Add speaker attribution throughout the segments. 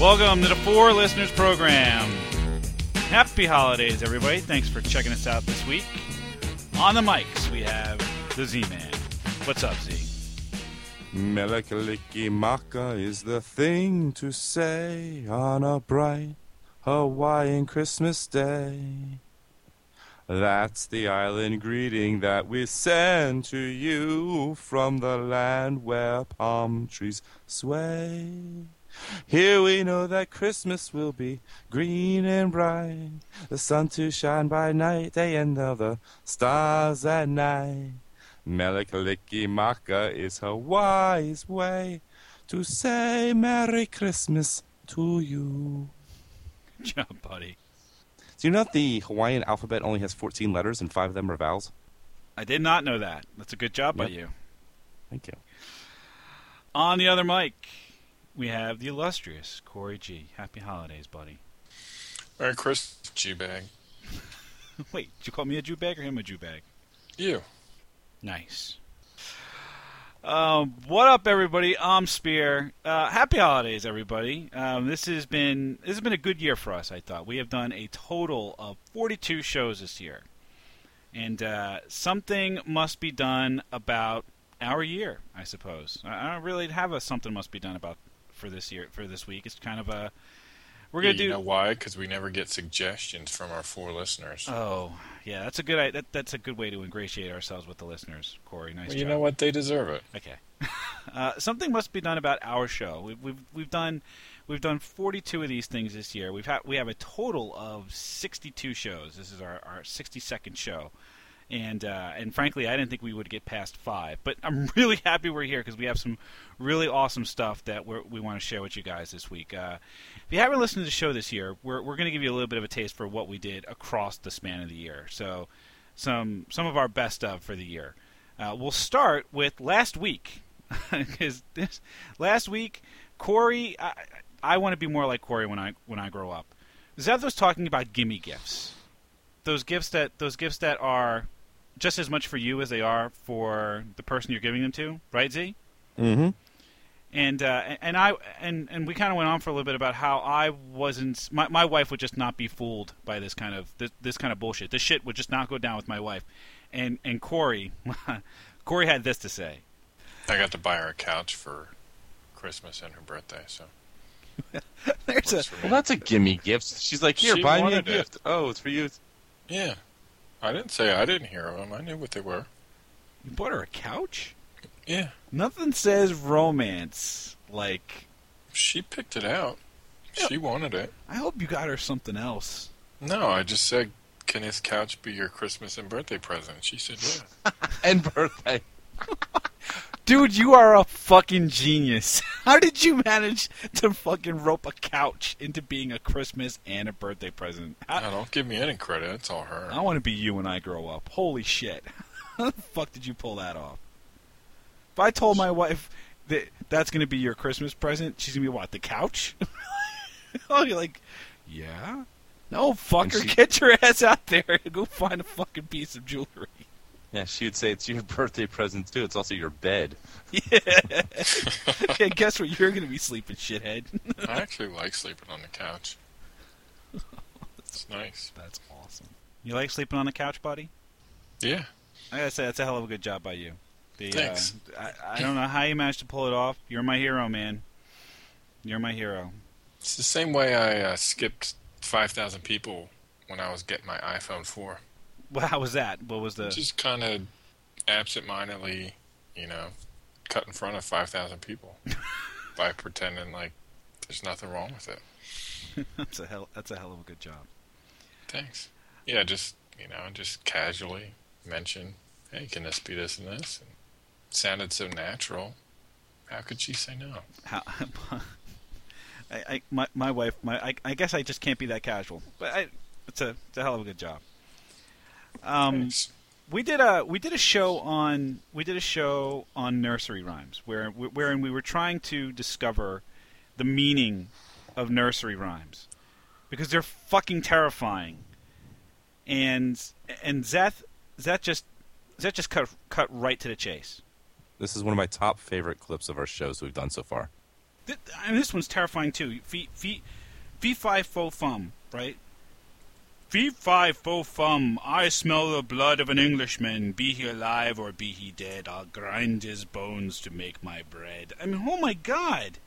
Speaker 1: Welcome to the Four Listeners Program. Happy holidays, everybody. Thanks for checking us out this week. On the mics, we have the Z Man. What's up, Z?
Speaker 2: Melakalikimaka is the thing to say on a bright Hawaiian Christmas day. That's the island greeting that we send to you from the land where palm trees sway. Here we know that Christmas will be green and bright, the sun to shine by night, day and of the stars at night. Melakalikimaka is Hawaii's way to say Merry Christmas to you.
Speaker 1: Yeah, buddy.
Speaker 2: Do you know that the Hawaiian alphabet only has 14 letters and five of them are vowels?
Speaker 1: I did not know that. That's a good job by
Speaker 2: Yep.
Speaker 1: you.
Speaker 2: Thank you.
Speaker 1: On the other mic, we have the illustrious Corey G. Happy holidays, buddy.
Speaker 3: Merry Christmas, G-Bag.
Speaker 1: Wait, did you call me a Jew bag or him a Jew bag?
Speaker 3: You.
Speaker 1: Nice. Um, what up, everybody? I'm Spear. Uh, happy holidays, everybody. Um, this has been this has been a good year for us. I thought we have done a total of 42 shows this year, and uh, something must be done about our year, I suppose. I I don't really have a something must be done about for this year for this week. It's kind of a we're gonna
Speaker 3: you
Speaker 1: do.
Speaker 3: know why? Because we never get suggestions from our four listeners.
Speaker 1: Oh, yeah, that's a good i- that, that's a good way to ingratiate ourselves with the listeners, Corey. Nice
Speaker 3: well,
Speaker 1: job.
Speaker 3: you know what? They deserve it.
Speaker 1: Okay. uh, something must be done about our show. We've, we've we've done we've done 42 of these things this year. We've had we have a total of 62 shows. This is our, our 62nd show. And uh, and frankly, I didn't think we would get past five. But I'm really happy we're here because we have some really awesome stuff that we're, we want to share with you guys this week. Uh, if you haven't listened to the show this year, we're we're going to give you a little bit of a taste for what we did across the span of the year. So some some of our best of for the year. Uh, we'll start with last week because this last week Corey, I, I want to be more like Corey when I when I grow up. Zev was talking about gimme gifts, those gifts that those gifts that are just as much for you as they are for the person you're giving them to, right, Z?
Speaker 2: Mm-hmm.
Speaker 1: and uh, and I and and we kind of went on for a little bit about how I wasn't my, my wife would just not be fooled by this kind of this, this kind of bullshit. This shit would just not go down with my wife. And and Corey, Corey had this to say.
Speaker 3: I got to buy her a couch for Christmas and her birthday, so
Speaker 1: There's a
Speaker 3: works for
Speaker 2: Well,
Speaker 3: me.
Speaker 2: that's a gimme gift. She's like, here,
Speaker 3: She
Speaker 2: buy me a
Speaker 3: wanted it.
Speaker 2: gift. Oh, it's for you.
Speaker 3: yeah. I didn't say I didn't hear of them. I knew what they were.
Speaker 1: you bought her a couch.
Speaker 3: Yeah.
Speaker 1: Nothing says romance like.
Speaker 3: She picked it out. She wanted it.
Speaker 1: I hope you got her something else.
Speaker 3: No, I just said, can this couch be your Christmas and birthday present? She said, yeah.
Speaker 2: And birthday.
Speaker 1: Dude, you are a fucking genius. How did you manage to fucking rope a couch into being a Christmas and a birthday present? How-
Speaker 3: No, don't give me any credit. It's all her.
Speaker 1: I want to be you when I grow up. Holy shit. How the fuck did you pull that off? If I told my wife that that's going to be your Christmas present, she's going to be what, the couch? oh, you're like, yeah? No, fucker,
Speaker 2: And she-
Speaker 1: get your ass out there and go find a fucking piece of jewelry.
Speaker 2: Yeah, she would say it's your birthday present, too. It's also your bed.
Speaker 1: yeah. yeah, guess where you're going to be sleeping, shithead.
Speaker 3: I actually like sleeping on the couch. It's nice.
Speaker 1: That's awesome. You like sleeping on the couch, buddy?
Speaker 3: Yeah.
Speaker 1: I gotta say, that's a hell of a good job by you. The, uh,
Speaker 3: Thanks.
Speaker 1: I, I don't know how you managed to pull it off. You're my hero, man. You're my hero.
Speaker 3: It's the same way I uh, skipped 5,000 people when I was getting my iPhone 4.
Speaker 1: Well, how was that? What was the?
Speaker 3: Just kind of absentmindedly, you know, cut in front of 5,000 people by pretending like there's nothing wrong with it.
Speaker 1: That's a hell. That's a hell of a good job.
Speaker 3: Thanks. Yeah, just, you know, just casually mention, hey, can this be this and this? And it sounded so natural. How could she say no?
Speaker 1: How, I, I, my, my wife, my, I, I guess I just can't be that casual. But I, it's a, it's a hell of a good job. Um,
Speaker 3: Thanks.
Speaker 1: we did a we did a show on we did a show on nursery rhymes where wherein we were trying to discover the meaning of nursery rhymes because they're fucking terrifying and and Zeth Zeth just Zeth just cut cut right to the chase
Speaker 2: This is one of my top favorite clips of our shows we've done so far.
Speaker 1: Th- I mean, this one's terrifying too. Fee fee fee fi fo fum, right? Fee fi fo fum. I smell the blood of an Englishman. Be he alive or be he dead, I'll grind his bones to make my bread. I mean, oh my god.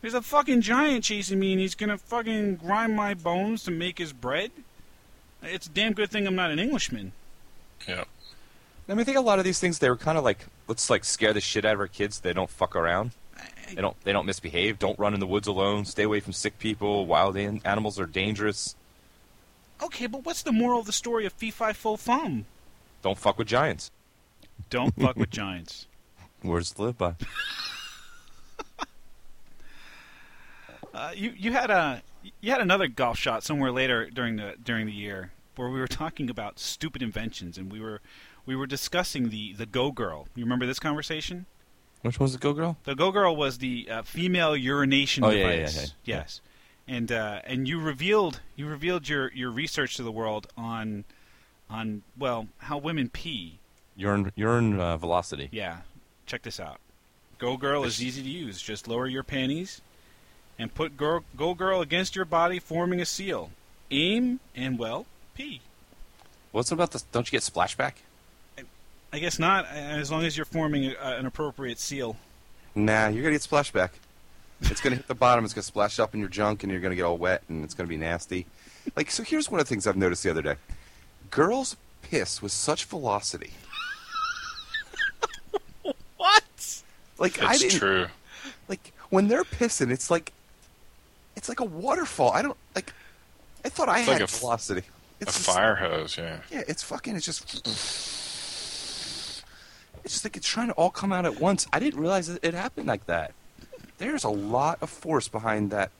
Speaker 1: There's a fucking giant chasing me, and he's gonna fucking grind my bones to make his bread. It's a damn good thing I'm not an Englishman.
Speaker 3: Yeah.
Speaker 4: I mean, I think a lot of these things they were kind of like, let's like scare the shit out of our kids. They don't fuck around. They don't. They don't misbehave. Don't run in the woods alone. Stay away from sick people. Wild an- animals are dangerous.
Speaker 1: Okay, but what's the moral of the story of Fee Fi Fo Fum?
Speaker 4: Don't fuck with giants.
Speaker 1: Don't fuck with giants.
Speaker 4: Words to live by.
Speaker 1: Uh, you you had a you had another golf shot somewhere later during the during the year where we were talking about stupid inventions and we were we were discussing the the Go Girl. You remember this conversation?
Speaker 4: Which one's the go girl?
Speaker 1: The Go Girl was the uh, female urination
Speaker 4: Oh, yeah, yeah,
Speaker 1: device.
Speaker 4: yeah, yeah.
Speaker 1: Yes, and uh, and you revealed you revealed your your research to the world on on well how women pee.
Speaker 4: Urine, urine uh, velocity.
Speaker 1: Yeah, check this out. Go Girl is easy to use. Just lower your panties and put girl, Go Girl against your body, forming a seal. Aim and well pee.
Speaker 4: What's about the? Don't you get splashback?
Speaker 1: I guess not, a- as long as you're forming a, an appropriate seal.
Speaker 2: Nah, you're gonna get splashback. It's gonna hit the bottom. It's gonna splash up in your junk, and you're gonna get all wet, and it's gonna be nasty. Like, so here's one of the things I've noticed the other day: girls piss with such velocity.
Speaker 1: What?
Speaker 2: Like I
Speaker 3: It's
Speaker 2: didn't
Speaker 3: true.
Speaker 2: like when they're pissing. It's like it's like a waterfall. I don't like. I thought I
Speaker 3: It's
Speaker 2: had
Speaker 3: like a f-
Speaker 2: velocity.
Speaker 3: A
Speaker 2: It's just-
Speaker 3: fire hose, yeah.
Speaker 2: Yeah, it's fucking. It's just. It's just like it's trying to all come out at once. I didn't realize it, it happened like that. There's a lot of force behind that.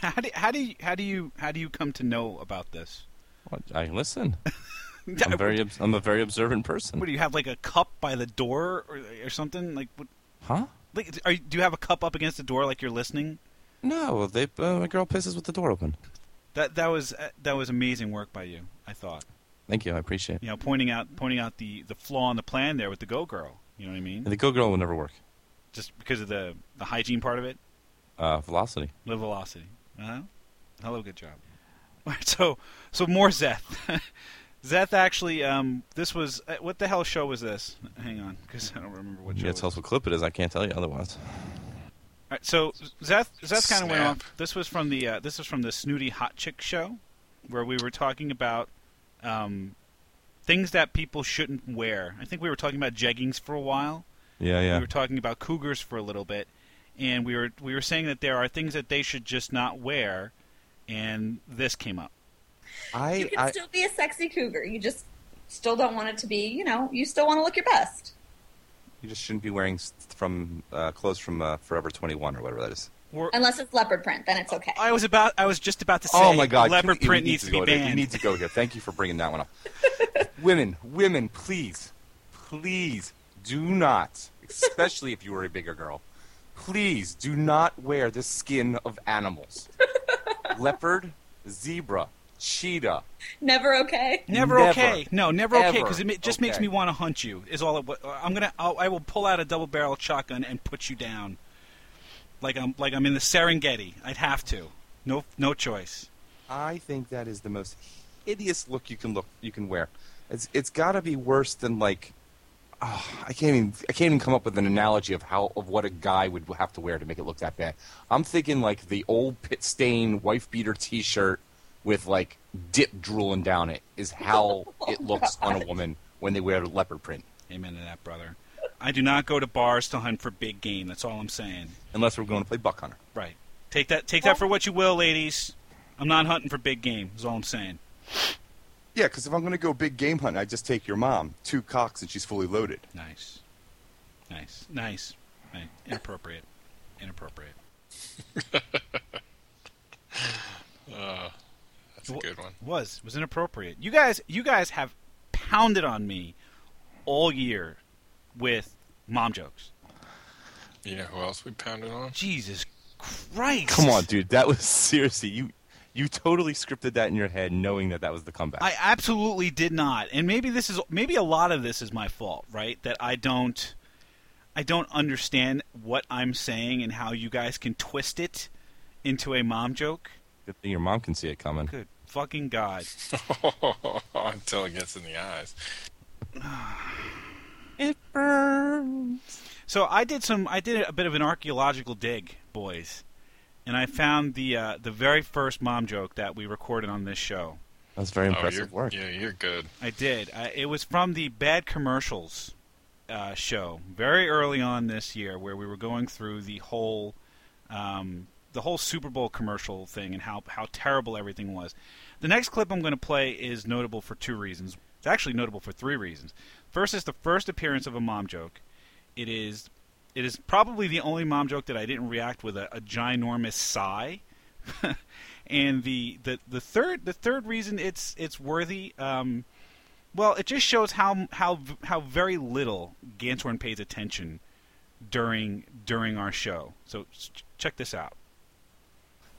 Speaker 1: How do, how do you how do you how do you come to know about this?
Speaker 4: What? I listen. I'm very. obs- I'm a very observant person.
Speaker 1: What do you have like a cup by the door or, or something? Like, what,
Speaker 4: Huh?
Speaker 1: like are, you- do you have a cup up against the door like you're listening?
Speaker 4: No, they. Uh, my girl pisses with the door open.
Speaker 1: That that was uh, that was amazing work by you. I thought.
Speaker 4: Thank you. I appreciate it.
Speaker 1: you know, pointing out pointing out the, the flaw in the plan there with the Go Girl. You know what I mean?
Speaker 4: And the go girl will never work.
Speaker 1: Just because of the, the hygiene part of it,
Speaker 4: Uh, velocity.
Speaker 1: low velocity. Uh-huh. Hello, good job. All right, so so more Zeth. Zeth actually, um, this was uh, what the hell show was this? Hang on, because I don't remember what show.
Speaker 4: Yeah,
Speaker 1: it
Speaker 4: tell
Speaker 1: was.
Speaker 4: us what clip it is. I can't tell you otherwise.
Speaker 1: All right, so Zeth Zeth kind of went
Speaker 3: Snap.
Speaker 1: off. This was from the uh, this was from the Snooty Hot Chick show, where we were talking about um, things that people shouldn't wear. I think we were talking about jeggings for a while.
Speaker 4: Yeah,
Speaker 1: we
Speaker 4: yeah.
Speaker 1: were talking about cougars for a little bit, and we were we were saying that there are things that they should just not wear, and this came up.
Speaker 2: I,
Speaker 5: You can
Speaker 2: I
Speaker 5: still be a sexy cougar. You just still don't want it to be, you know, you still want to look your best.
Speaker 2: you just shouldn't be wearing s- from uh, clothes from uh, Forever 21 or whatever that is.
Speaker 1: We're-
Speaker 5: Unless it's leopard print, then it's okay.
Speaker 1: I was about I was just about to say
Speaker 2: oh my God!
Speaker 1: leopard
Speaker 2: you- you
Speaker 1: print
Speaker 2: need
Speaker 1: needs to, be
Speaker 2: go there.
Speaker 1: banned.
Speaker 2: You need to go here. Thank you for bringing that one up. women, women, please, please do not, especially if you are a bigger girl, please do not wear the skin of animals. Leopard, zebra, cheetah.
Speaker 5: Never okay.
Speaker 1: Never,
Speaker 2: Never.
Speaker 1: okay. No, never okay
Speaker 2: Ever.
Speaker 1: because it ma- just makes
Speaker 2: Okay.
Speaker 1: me want to hunt you. Is all it. wa- I'm gonna. I'll, I will pull out a double barreled shotgun and put you down, like I'm like I'm in the Serengeti. I'd have to. No, no choice.
Speaker 2: I think that is the most hideous look you can look you can wear. It's it's got to be worse than like oh, I can't even I can't even come up with an analogy of how of what a guy would have to wear to make it look that bad. I'm thinking like the old pit stain wife beater T-shirt with like dip drooling down it is how it looks on a woman when they wear leopard print.
Speaker 1: Amen to that, brother. I do not go to bars to hunt for big game. That's all I'm saying.
Speaker 2: Unless we're going to play buck hunter.
Speaker 1: Right. Take that. Take that for what you will, ladies. I'm not hunting for big game. Is all I'm saying.
Speaker 2: Yeah, because if I'm going to go big game hunt, I just take your mom, two cocks, and she's fully loaded.
Speaker 1: Nice. Nice. Nice. Nice. Inappropriate. Inappropriate.
Speaker 3: Uh, that's a
Speaker 1: Wha-
Speaker 3: good one.
Speaker 1: Was was inappropriate. You guys. You guys have pounded on me all year with mom jokes.
Speaker 3: You know who else we pounded on?
Speaker 1: Jesus Christ.
Speaker 4: Come on, dude. That was seriously you. You totally scripted that in your head, knowing that that was the comeback.
Speaker 1: I absolutely did not. And maybe this is maybe a lot of this is my fault, right? That I don't I I don't understand what I'm saying and how you guys can twist it into a mom joke.
Speaker 4: Good thing your mom can see it coming.
Speaker 1: Good fucking god.
Speaker 3: Until it gets in the eyes. Oh,
Speaker 4: It burns.
Speaker 1: So I did some. I did a bit of an archaeological dig, boys, and I found the uh, the very first mom joke that we recorded on this show.
Speaker 4: That's very
Speaker 3: Oh, you're,
Speaker 4: impressive work.
Speaker 3: yeah, you're good.
Speaker 1: I did. I, it was from the Bad Commercials uh, show, very early on this year, where we were going through the whole um, the whole Super Bowl commercial thing and how how terrible everything was. The next clip I'm going to play is notable for two reasons. It's actually notable for three reasons. First is the first appearance of a mom joke. It is it is probably the only mom joke that I didn't react with a, a ginormous sigh. and the, the, the third the third reason it's it's worthy um, well, it just shows how how how very little Gantorn pays attention during during our show. So s- check this out.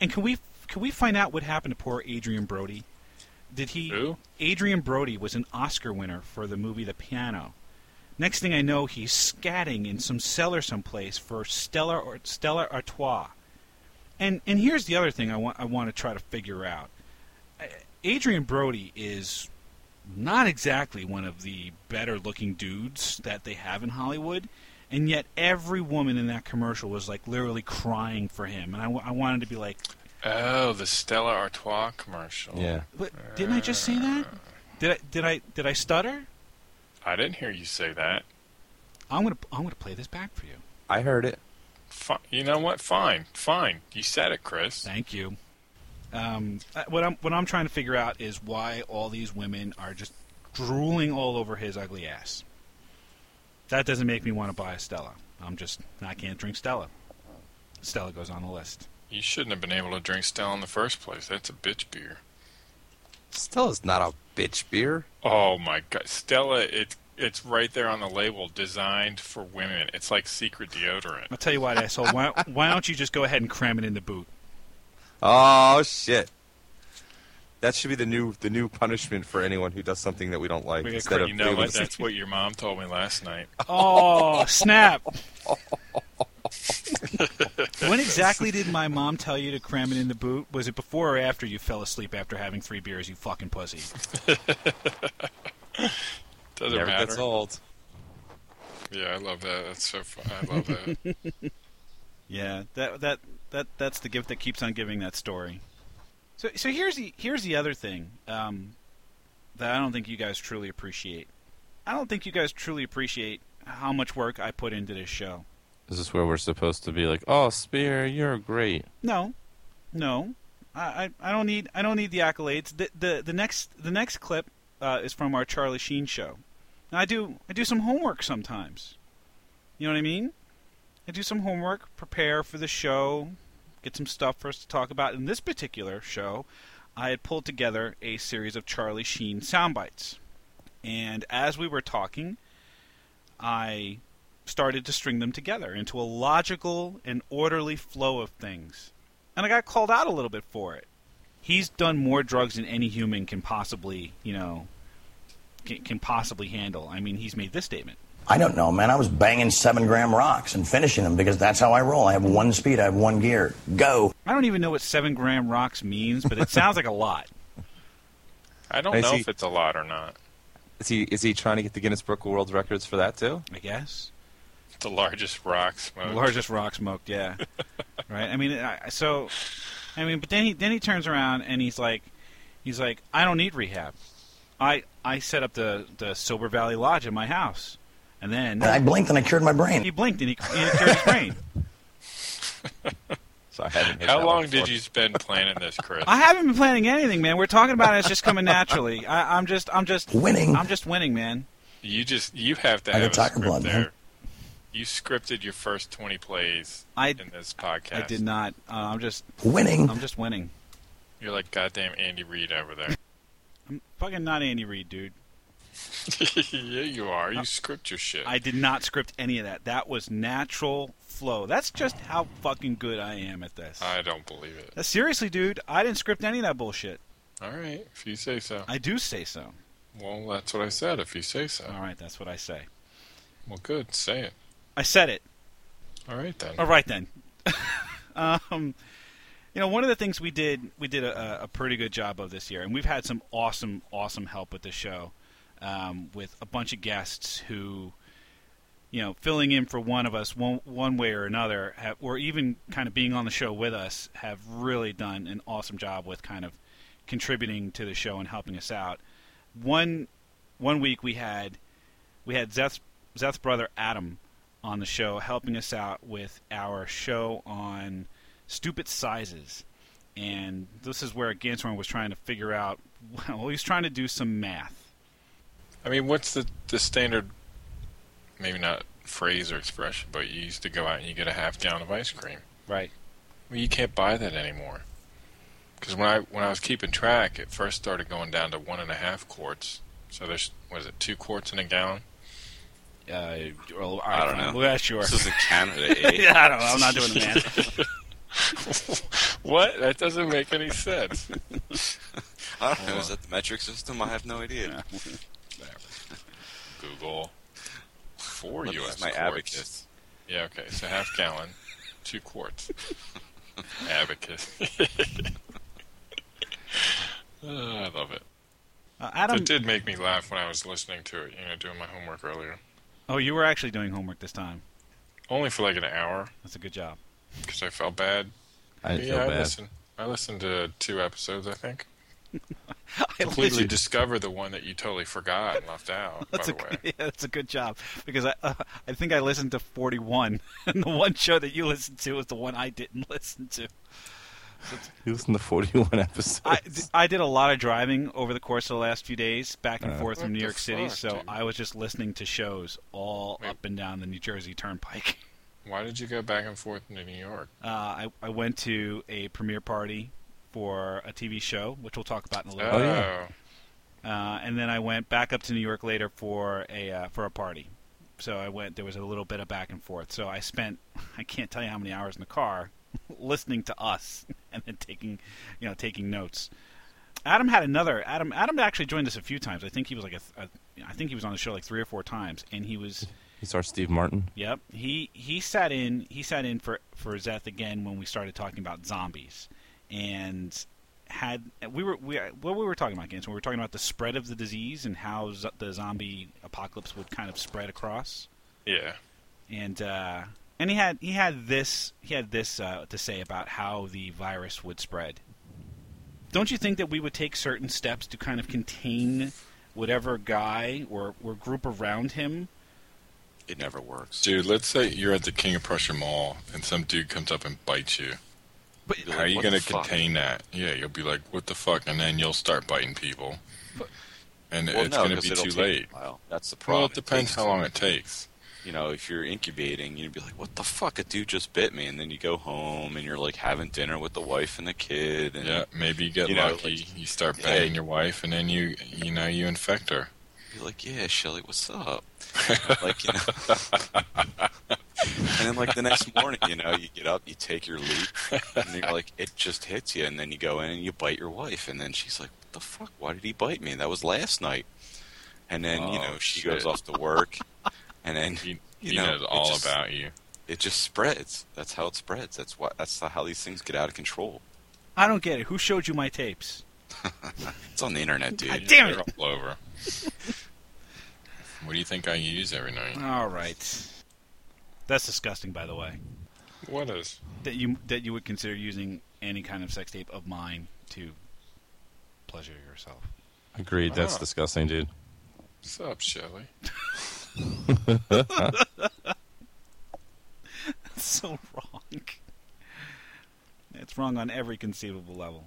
Speaker 1: And can we can we find out what happened to poor Adrian Brody? Did he?
Speaker 3: Who?
Speaker 1: Adrian Brody was an Oscar winner for the movie The Piano. Next thing I know, he's scatting in some cellar someplace for Stella or Stella Artois. And and here's the other thing I want I want to try to figure out. Uh, Adrian Brody is not exactly one of the better looking dudes that they have in Hollywood. And yet, every woman in that commercial was like literally crying for him. And I, wa- I wanted to be like,
Speaker 3: Oh, the Stella Artois commercial.
Speaker 4: Yeah.
Speaker 1: but didn't I just say that? Did I, did I, did I stutter?
Speaker 3: I didn't hear you say that.
Speaker 1: I'm going to I'm gonna play this back for you.
Speaker 4: I heard it.
Speaker 3: Fi you know what? Fine, fine. You said it, Chris.
Speaker 1: Thank you. Um, uh, what I'm what I'm trying to figure out is why all these women are just drooling all over his ugly ass. That doesn't make me want to buy a Stella. I'm just I can't drink Stella. Stella goes on the list.
Speaker 3: You shouldn't have been able to drink Stella in the first place. That's a bitch beer.
Speaker 4: Stella's not a bitch beer.
Speaker 3: Oh my god, Stella! It it's right there on the label, designed for women. It's like secret deodorant.
Speaker 1: I'll tell you what, asshole. Why, why don't you just go ahead and cram it in the boot?
Speaker 4: Oh shit. That should be the new the new punishment for anyone who does something that we don't like.
Speaker 1: Wait,
Speaker 4: Instead of
Speaker 3: You know
Speaker 4: being
Speaker 3: what?
Speaker 4: able to-
Speaker 3: That's what your mom told me last night.
Speaker 1: Oh snap! when exactly did my mom tell you to cram it in the boot? Was it before or after you fell asleep after having three beers? You fucking pussy.
Speaker 3: Doesn't
Speaker 4: never
Speaker 3: matter.
Speaker 4: gets old.
Speaker 3: Yeah, I love that. That's so fun. I love that.
Speaker 1: Yeah, that that that that's the gift that keeps on giving. That story. So so here's the here's the other thing um, that I don't think you guys truly appreciate. I don't think you guys truly appreciate how much work I put into this show.
Speaker 2: Is this where we're supposed to be like, oh, Spear, you're great?
Speaker 1: No, no, I I, I don't need I don't need the accolades. The the, the next the next clip uh, is from our Charlie Sheen show. Now, I do I do some homework sometimes. You know what I mean? I do some homework, prepare for the show, get some stuff for us to talk about. In this particular show, I had pulled together a series of Charlie Sheen sound bites, and as we were talking, I started to string them together into a logical and orderly flow of things. And I got called out a little bit for it. He's done more drugs than any human can possibly, you know, can, can possibly handle. I mean, he's made this statement.
Speaker 6: I don't know, man. I was banging seven gram rocks and finishing them because that's how I roll. I have one speed, I have one gear. Go.
Speaker 1: I don't even know what seven gram rocks means, but it sounds like a lot.
Speaker 3: I don't
Speaker 4: I
Speaker 3: know
Speaker 4: see.
Speaker 3: if it's a lot or not.
Speaker 4: Is he is he trying to get the Guinness Book of World Records for that too?
Speaker 1: I guess
Speaker 3: The largest rock smoke.
Speaker 1: largest rock smoked, yeah. right. I mean, I, so, I mean, but then he then he turns around and he's like, he's like, I don't need rehab. I I set up the the Sober Valley Lodge in my house, and then
Speaker 6: And I blinked and I cured my brain.
Speaker 1: he blinked and he, and he cured his brain.
Speaker 4: So I haven't. hit
Speaker 3: How
Speaker 4: that
Speaker 3: long
Speaker 4: one
Speaker 3: did
Speaker 4: before.
Speaker 3: you spend planning this, Chris?
Speaker 1: I haven't been planning anything, man. We're talking about it. It's just coming naturally. I, I'm just, I'm just
Speaker 6: Winning.
Speaker 1: I'm just winning, man.
Speaker 3: You just you have to
Speaker 6: I got
Speaker 3: have a
Speaker 6: tiger
Speaker 3: script
Speaker 6: blood,
Speaker 3: there.
Speaker 6: man.
Speaker 3: You scripted your first twenty plays
Speaker 1: I-
Speaker 3: in this podcast.
Speaker 1: I did not. Uh, I'm just,
Speaker 6: Winning.
Speaker 1: I'm just winning.
Speaker 3: You're like goddamn Andy Reid over there.
Speaker 1: I'm fucking not Andy Reid, dude.
Speaker 3: yeah, you are. You script your shit.
Speaker 1: I did not script any of that. That was natural flow. That's just how fucking good I am at this.
Speaker 3: I don't believe it.
Speaker 1: Uh, Seriously, dude, I didn't script any of that bullshit.
Speaker 3: All right, if you say so.
Speaker 1: I do say so.
Speaker 3: Well, that's what I said. If you say so.
Speaker 1: All right, that's what I say.
Speaker 3: Well, good. Say it.
Speaker 1: I said it.
Speaker 3: All right then.
Speaker 1: All right then. um, you know, one of the things we did we did a, a pretty good job of this year, and we've had some awesome awesome help with the show, um, with a bunch of guests who, you know, filling in for one of us one one way or another, have, or even kind of being on the show with us, have really done an awesome job with kind of contributing to the show and helping us out. One one week we had we had Zeth's Zeth's brother Adam on the show, helping us out with our show on stupid sizes. And this is where Ganshorn was trying to figure out. Well, he's trying to do some math.
Speaker 3: I mean, what's the the standard? Maybe not phrase or expression, but you used to go out and you get a half gallon of ice cream.
Speaker 1: Right.
Speaker 3: Well, you can't buy that anymore. Because when I when I was keeping track, it first started going down to one and a half quarts. So there's what is it, two quarts in a gallon?
Speaker 1: Uh, well,
Speaker 7: I don't know.
Speaker 1: Well, yeah, sure.
Speaker 7: This is in Canada, eh?
Speaker 1: yeah, I don't know. I'm not doing the math.
Speaker 3: what? That doesn't make any sense.
Speaker 7: I don't know. Is that the metric system? I have no idea.
Speaker 3: Google. Four
Speaker 7: Let me
Speaker 3: U.S.
Speaker 7: use my
Speaker 3: quarts.
Speaker 7: abacus.
Speaker 3: Yeah, okay. So half gallon, two quarts. abacus. Ah, I love it.
Speaker 1: Uh,
Speaker 3: It
Speaker 1: Adam.
Speaker 3: did make me laugh when I was listening to it, you know, doing my homework earlier.
Speaker 1: Oh, you were actually doing homework this time.
Speaker 3: Only for like an hour
Speaker 1: That's a good job.
Speaker 3: because I felt bad.
Speaker 4: I
Speaker 3: yeah, I listened. I listened to two episodes, I think.
Speaker 1: I
Speaker 3: Completely
Speaker 1: listened-
Speaker 3: discover the one that you totally forgot and left out. by
Speaker 1: That's
Speaker 3: the
Speaker 1: a,
Speaker 3: way,
Speaker 1: good- yeah, that's a good job because I uh, I think I listened to 41, and the one show that you listened to was the one I didn't listen to.
Speaker 4: You listened to 41 episodes.
Speaker 1: I, I did a lot of driving over the course of the last few days, back and
Speaker 4: Uh.
Speaker 1: forth from
Speaker 3: What
Speaker 1: New
Speaker 3: the
Speaker 1: York City,
Speaker 3: fuck,
Speaker 1: so
Speaker 3: dude?
Speaker 1: I was just listening to shows all
Speaker 3: Wait.
Speaker 1: up and down the New Jersey Turnpike.
Speaker 3: why did you go back and forth into New York?
Speaker 1: Uh, I, I went to a premiere party for a TV show, which we'll talk about in a little
Speaker 4: Oh,
Speaker 1: bit.
Speaker 4: yeah.
Speaker 1: Uh, and then I went back up to New York later for a uh, for a party. So I went. There was a little bit of back and forth. So I spent I can't tell you how many hours in the car listening to us and then taking you know taking notes. Adam had another Adam. Adam actually joined us a few times. I think he was like a, th- a I think he was on the show like three or four times, and he was
Speaker 4: He's our Steve Martin.
Speaker 1: Yep. He he sat in he sat in for for Zeth again when we started talking about zombies and had we were we what we were talking about again so we were talking about the spread of the disease and how z- the zombie apocalypse would kind of spread across
Speaker 3: Yeah,
Speaker 1: and uh, and he had he had this he had this uh, to say about how the virus would spread. Don't you think that we would take certain steps to kind of contain whatever guy or, or group around him
Speaker 7: It never works.
Speaker 3: dude. Let's say you're at the King of Prussia Mall and some dude comes up and bites you.
Speaker 1: but
Speaker 7: You're
Speaker 3: How are
Speaker 7: like,
Speaker 3: you
Speaker 7: what
Speaker 3: going
Speaker 7: the
Speaker 3: to
Speaker 7: fuck?
Speaker 3: contain that? Yeah, you'll be like, what the fuck? And then you'll start biting people. And
Speaker 7: Well,
Speaker 3: it's
Speaker 7: no,
Speaker 3: going to
Speaker 7: 'cause
Speaker 3: be
Speaker 7: it'll
Speaker 3: too
Speaker 7: take
Speaker 3: late.
Speaker 7: a while. That's the problem.
Speaker 3: Well, it depends
Speaker 7: takes-
Speaker 3: how long it takes.
Speaker 7: You know, if you're incubating, you'd be like, "What the fuck? A dude just bit me," and then you go home and you're like having dinner with the wife and the kid, and
Speaker 3: Yeah, maybe you get
Speaker 7: You know,
Speaker 3: lucky.
Speaker 7: like-
Speaker 3: you start
Speaker 7: Yeah.
Speaker 3: banging your wife, and then you, you know, you infect her.
Speaker 7: you're like, "Yeah, Shelly, what's up?" like, you know. and then, like the next morning, you know, you get up, you take your leap, and you're like, "It just hits you," and then you go in and you bite your wife, and then she's like, "What the fuck? Why did he bite me? That was last night." And then you
Speaker 3: Oh,
Speaker 7: know she
Speaker 3: shit.
Speaker 7: goes off to work, and then
Speaker 3: You,
Speaker 7: You
Speaker 3: you,
Speaker 7: know,
Speaker 3: know, it's all
Speaker 7: it just-
Speaker 3: about you.
Speaker 7: it just spreads. That's how it spreads. That's why. That's how these things get out of control.
Speaker 1: I don't get it. Who showed you my tapes?
Speaker 7: It's on the internet, dude.
Speaker 1: God damn it.
Speaker 3: They're all over. what do you think I use every night?
Speaker 1: All right. That's disgusting, by the way.
Speaker 3: What is?
Speaker 1: That you that you would consider using any kind of sex tape of mine to pleasure yourself.
Speaker 4: Agreed. That's
Speaker 3: Ah.
Speaker 4: disgusting, dude.
Speaker 3: What's up, Shelly?
Speaker 1: That's so wrong. It's wrong on every conceivable level.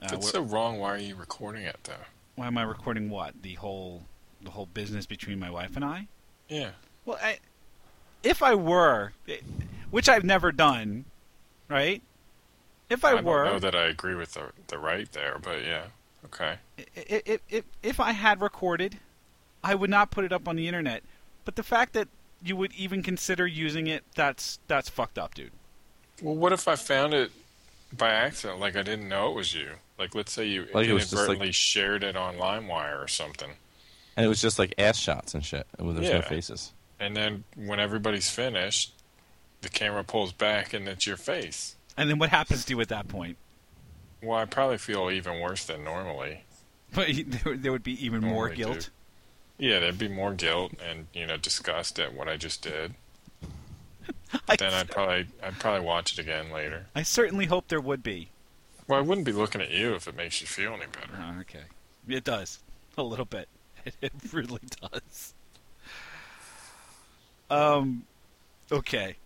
Speaker 1: Uh,
Speaker 3: If it's
Speaker 1: wh-
Speaker 3: so wrong. Why are you recording it though?
Speaker 1: why am I recording what? The whole the whole business between my wife and I?
Speaker 3: Yeah.
Speaker 1: Well, I, if I were, it- which I've never done, right? If I,
Speaker 3: don't
Speaker 1: were,
Speaker 3: know that I agree with the the right there, but yeah. Okay.
Speaker 1: if, if, if I had recorded, I would not put it up on the internet. But the fact that you would even consider using it, that's that's fucked up, dude.
Speaker 3: Well, what if I found it by accident? Like I didn't know it was you. Like let's say you
Speaker 4: Like it was just like-
Speaker 3: inadvertently shared it on LimeWire or something.
Speaker 4: And it was just like ass shots and shit. There was no
Speaker 3: Yeah.
Speaker 4: faces.
Speaker 3: and then when everybody's finished, the camera pulls back and it's your face.
Speaker 1: And then what happens to you at that point?
Speaker 3: Well, I probably feel even worse than normally.
Speaker 1: But you- there, there would be even more
Speaker 3: Normally do.
Speaker 1: guilt.
Speaker 3: Yeah, there'd be more guilt and you know disgust at what I just did.
Speaker 1: I,
Speaker 3: Then I'd probably I'd probably watch it again later.
Speaker 1: I certainly hope there would be.
Speaker 3: Well, I wouldn't be looking at you if it makes you feel any better.
Speaker 1: Oh, okay. It does. A little bit. It really does. Um okay.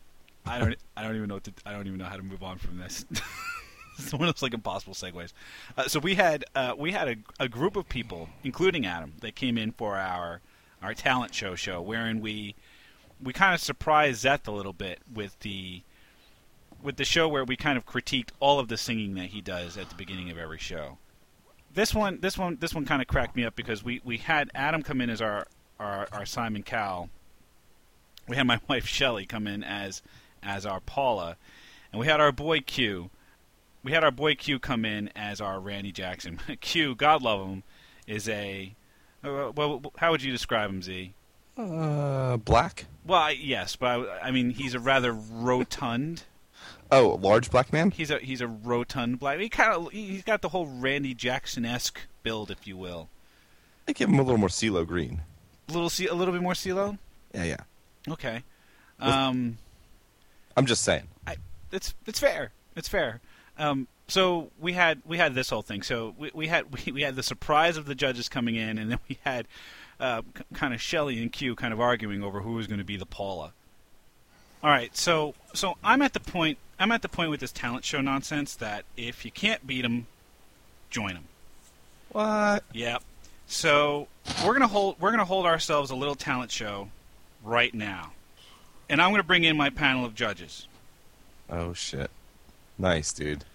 Speaker 1: I don't I don't even know what to, I don't even know how to move on from this. it's one of those like impossible segues. Uh, so we had uh, we had a, a group of people, including Adam, that came in for our our talent show show, wherein we we kind of surprised Zeth a little bit with the with the show where we kind of critiqued all of the singing that he does at the beginning of every show this one this one this one kind of cracked me up because we we had Adam come in as our our, our Simon Cowell. We had my wife Shelley come in as as our Paula, and we had our boy Q. We had our boy Q come in as our Randy Jackson. Q, God love him, is a uh, well. How would you describe him, Z?
Speaker 4: Uh, black?
Speaker 1: Well, I, yes, but I, I mean he's a rather rotund.
Speaker 4: Oh, large black man?
Speaker 1: He's a he's a rotund black. He kind of he's got the whole Randy Jackson esque build, if you will.
Speaker 4: I give him a little more CeeLo Green.
Speaker 1: little C- a little bit more CeeLo?
Speaker 4: Yeah, yeah.
Speaker 1: Okay. Um,
Speaker 4: I'm just saying.
Speaker 1: I, it's it's fair. It's fair. Um, so we had we had this whole thing. So we, we had we, we had the surprise of the judges coming in, and then we had uh, k- kind of Shelley and Q kind of arguing over who was going to be the Paula. All right, so so I'm at the point I'm at the point with this talent show nonsense that if you can't beat 'em, join 'em.
Speaker 4: What?
Speaker 1: Yeah. So we're gonna hold we're gonna hold ourselves a little talent show right now, and I'm gonna bring in my panel of judges.
Speaker 4: Oh, shit. Nice, dude.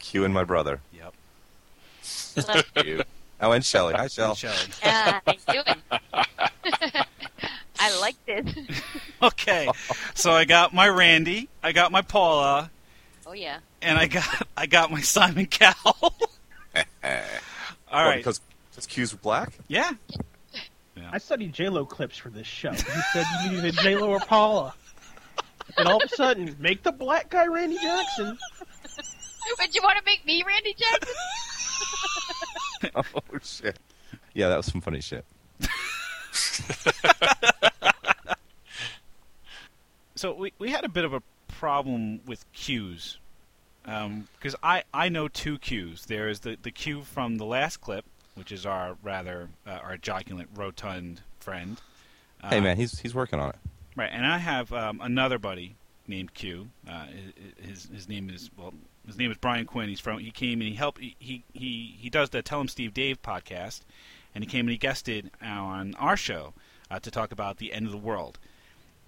Speaker 4: Q and my brother.
Speaker 1: Yep.
Speaker 4: Q. oh, and Shelly. Hi, Shell.
Speaker 1: Shelley.
Speaker 8: Ah, how you doing? I liked it.
Speaker 1: Okay. so I got my Randy, I got my Paula,
Speaker 8: Oh yeah.
Speaker 1: and I got I got my Simon Cowell. All
Speaker 4: Well,
Speaker 1: right.
Speaker 4: Because, because Q's were black?
Speaker 1: yeah.
Speaker 9: I studied J-Lo clips for this show. You said you needed either J-Lo or Paula. And all of a sudden, make the black guy Randy Jackson.
Speaker 8: Would you want to make me Randy Jackson?
Speaker 4: oh, shit. Yeah, that was some funny shit.
Speaker 1: so we, we had a bit of a problem with cues because I, I know two cues. There is the, the cue from the last clip, which is our rather uh, our joculant, rotund friend. Uh,
Speaker 4: hey, man, he's, he's working on it.
Speaker 1: Right, and I have um, another buddy named Q. Uh, i- i- his his name is well, his name is Brian Quinn. He's from. He came and he helped. He he he, he does the Tell Him Steve Dave podcast, and he came and he guested on our show uh, to talk about the end of the world.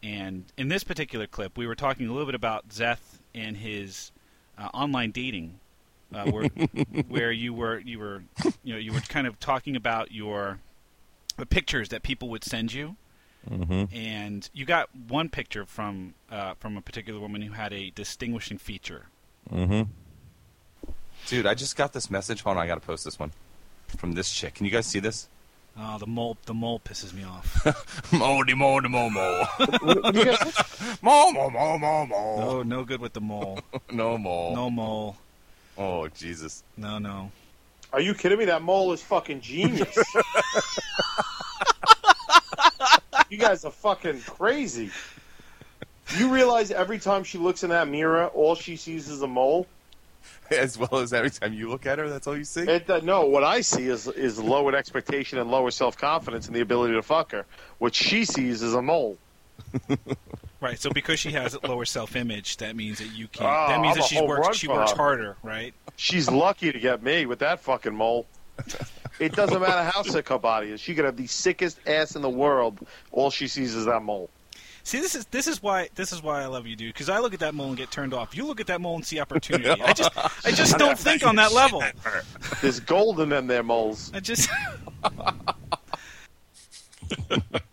Speaker 1: And in this particular clip, we were talking a little bit about Zeth and his uh, online dating, uh, where where you were you were you know you were kind of talking about your the pictures that people would send you
Speaker 4: Mm-hmm.
Speaker 1: and you got one picture from uh, from a particular woman who had a distinguishing feature.
Speaker 4: Mm-hmm. Dude, I just got this message. Hold on, I gotta post this one from this chick. Can you guys see this?
Speaker 1: Oh, the mole! The mole pisses me off.
Speaker 4: Moldy, moldy, mo, mo,
Speaker 9: What, what do you guys-
Speaker 4: mo, mo, mo, mo, mo.
Speaker 1: no, Oh, no good with the mole.
Speaker 4: No mo.
Speaker 1: No mole.
Speaker 4: Oh Jesus.
Speaker 1: No, no.
Speaker 10: Are you kidding me? That mole is fucking genius. you guys are fucking crazy. Do you realize every time she looks in that mirror, all she sees is a mole?
Speaker 4: As well as every time you look at her, that's all you see.
Speaker 10: It, uh, no, what I see is is lowered expectation and lower self confidence and the ability to fuck her. What she sees is a mole.
Speaker 1: Right. So because she has lower self-image, that means that you can't.
Speaker 10: Oh,
Speaker 1: that means
Speaker 10: I'm
Speaker 1: that
Speaker 10: a
Speaker 1: she
Speaker 10: home run
Speaker 1: works. She
Speaker 10: for
Speaker 1: works
Speaker 10: her.
Speaker 1: harder. Right.
Speaker 10: She's lucky to get me with that fucking mole. It doesn't matter how sick her body is. She could have the sickest ass in the world. All she sees is that mole.
Speaker 1: See, this is this is why this is why I love you, dude. Because I look at that mole and get turned off. You look at that mole and see opportunity. I just I just don't think on that level.
Speaker 10: There's golden in their moles.
Speaker 1: I just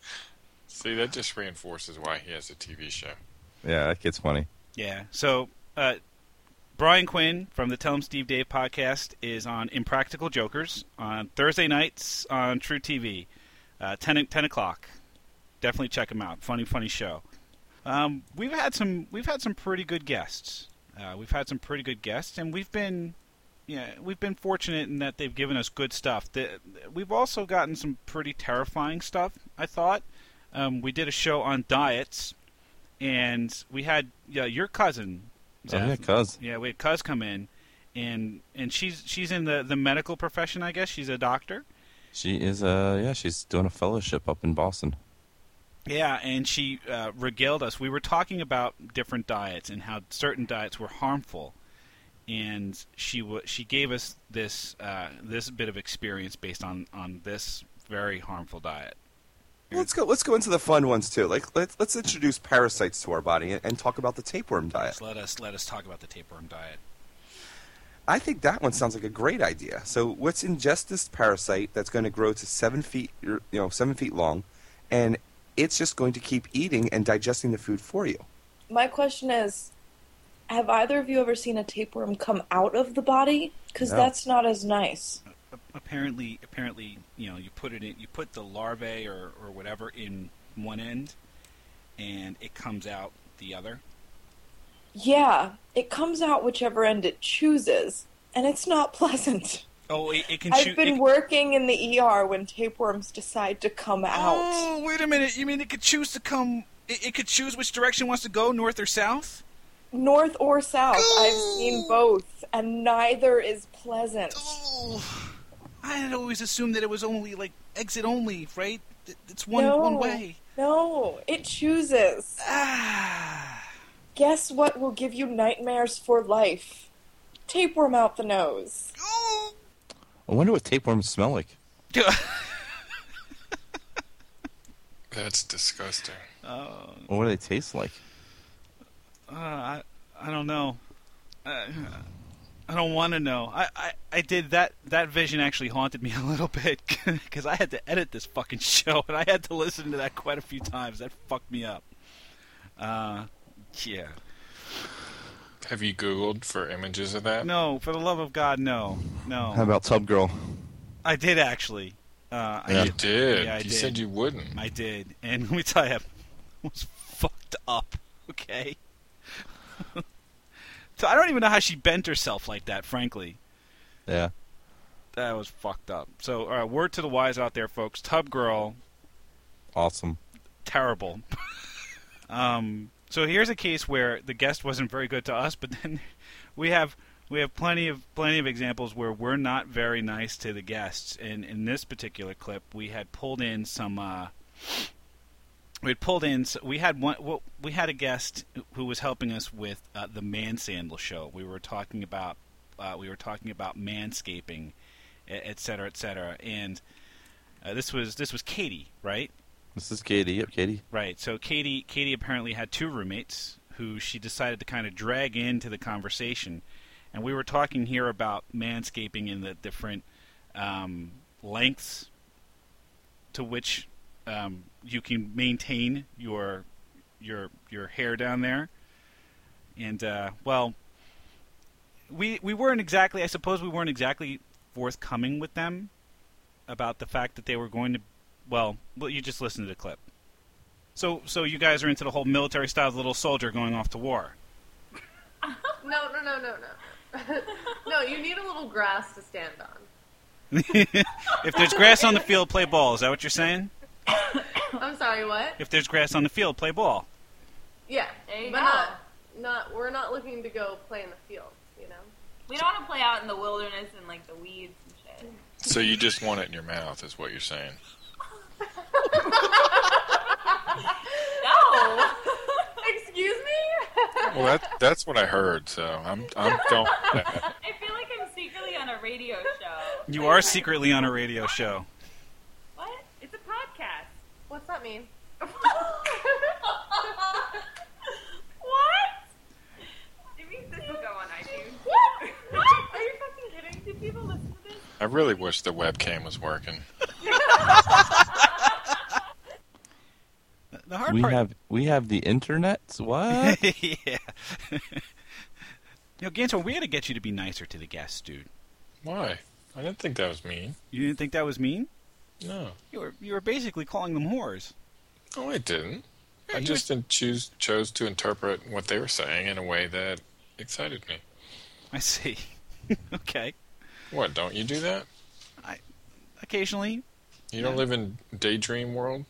Speaker 3: See, that just reinforces why he has a TV show.
Speaker 4: Yeah, that kid's funny.
Speaker 1: Yeah. So, uh, Brian Quinn from the Tell 'em Steve Dave podcast is on Impractical Jokers on Thursday nights on True TV, uh, 10, o- 10 o'clock. Definitely check them out. Funny, funny show. Um, we've had some we've had some pretty good guests. Uh, we've had some pretty good guests, and we've been yeah we've been fortunate in that they've given us good stuff. The, we've also gotten some pretty terrifying stuff. I thought um, we did a show on diets, and we had yeah, your cousin.
Speaker 4: Oh, yeah, Cuz.
Speaker 1: Yeah, we had Cuz come in, and and she's she's in the the medical profession. I guess she's a doctor.
Speaker 4: She is, uh, yeah, she's doing a fellowship up in Boston.
Speaker 1: Yeah, and she uh, regaled us. We were talking about different diets and how certain diets were harmful, and she w- she gave us this uh, this bit of experience based on on this very harmful diet.
Speaker 4: Let's go. Let's go into the fun ones too. Like let's let's introduce parasites to our body and, and talk about the tapeworm diet.
Speaker 1: Yes, let us let us talk about the tapeworm diet.
Speaker 4: I think that one sounds like a great idea. So let's ingest this parasite that's going to grow to seven feet, you know, seven feet long, and it's just going to keep eating and digesting the food for you.
Speaker 11: My question is Have either of you ever seen a tapeworm come out of the body? Because
Speaker 1: No.
Speaker 11: that's not as nice.
Speaker 1: Apparently, apparently, you know, you put it in, you put the larvae or or whatever in one end, and it comes out the other.
Speaker 11: Yeah, it comes out whichever end it chooses, and it's not pleasant.
Speaker 1: Oh, it, it can
Speaker 11: I've
Speaker 1: shoot.
Speaker 11: been
Speaker 1: it-
Speaker 11: working in the ER when tapeworms decide to come out.
Speaker 1: Oh, wait a minute. You mean it could choose to come? It, it could choose which direction it wants to go, north or south.
Speaker 11: North or south, I've seen both, and neither is pleasant.
Speaker 1: Oh. I had always assumed that it was only like exit only, right? Th- It's one
Speaker 11: no,
Speaker 1: one way. Ah.
Speaker 11: No, it chooses. Guess what will give you nightmares for life? Tapeworm out the nose.
Speaker 4: I wonder what tapeworms smell like.
Speaker 3: That's disgusting.
Speaker 1: Oh,
Speaker 4: Or what do they taste like?
Speaker 1: uh, I I don't know. Uh, I don't want to know. I, I, I did that. That vision actually haunted me a little bit because I had to edit this fucking show and I had to listen to that quite a few times. That fucked me up. Uh, yeah.
Speaker 3: Have you Googled for images of that?
Speaker 1: No, for the love of God, no, no.
Speaker 4: How about Tub Girl?
Speaker 1: I did actually. Uh, I
Speaker 3: You did.
Speaker 1: Yeah, I
Speaker 3: you
Speaker 1: did.
Speaker 3: said you wouldn't.
Speaker 1: I did, and let me tell you, I was fucked up. Okay. so I don't even know how she bent herself like that. Frankly,
Speaker 4: Yeah.
Speaker 1: that was fucked up. So uh, word to the wise out there, folks. Tub girl,
Speaker 4: Awesome.
Speaker 1: terrible. um, so here's a case where the guest wasn't very good to us, but then we have we have plenty of plenty of examples where we're not very nice to the guests. And in this particular clip, we had pulled in some. Uh, we had pulled in. So we had one. Well, we had a guest who was helping us with uh, the man sandal show. We were talking about. Uh, we were talking about manscaping, e- et cetera, et cetera. And uh, this was this was Katie, right?
Speaker 4: This is Katie. Yep, Katie.
Speaker 1: Right. So Katie, Katie apparently had two roommates who she decided to kind of drag into the conversation, and we were talking here about manscaping and the different um, lengths to which um, you can maintain your your your hair down there. And uh, well, we we weren't exactly. I suppose we weren't exactly forthcoming with them about the fact that they were going to. Well, well, you just listen to the clip. So, so you guys are into the whole military style little soldier going off to war.
Speaker 12: No, no, no, no, no. no, you need a little grass to stand on.
Speaker 1: If there's grass on the field, play ball. Is that what you're saying?
Speaker 12: I'm sorry, what?
Speaker 1: If there's grass on the field, play ball.
Speaker 12: Yeah.
Speaker 8: you
Speaker 12: but
Speaker 8: go.
Speaker 12: not not we're not looking to go play in the field, you know?
Speaker 8: We don't want to play out in the wilderness and like the weeds and shit.
Speaker 3: So you just want it in your mouth, is what you're saying.
Speaker 8: No.
Speaker 12: Excuse me?
Speaker 3: Well, that, that's what I heard. So I'm I'm going. with that.
Speaker 8: I feel like I'm secretly on a radio show.
Speaker 1: You are secretly on a radio show.
Speaker 8: What? It's a podcast.
Speaker 12: What's that mean?
Speaker 8: What? Did we, this will go on iTunes.
Speaker 12: Are you fucking kidding? Do people listen to this?
Speaker 3: I really wish the webcam was working.
Speaker 1: The hard
Speaker 4: we
Speaker 1: part.
Speaker 4: have we have the internet. What?
Speaker 1: yeah. you know, Gantor, we got to get you to be nicer to the guests, dude.
Speaker 3: Why? I didn't think that was mean.
Speaker 1: You didn't think that was mean?
Speaker 3: No.
Speaker 1: You were you were basically calling them whores.
Speaker 3: Oh, I didn't. I just didn't choose chose to interpret what they were saying in a way that excited me.
Speaker 1: I see. okay.
Speaker 3: What? Don't you do that?
Speaker 1: Occasionally.
Speaker 3: You don't
Speaker 1: Yeah.
Speaker 3: live in daydream world,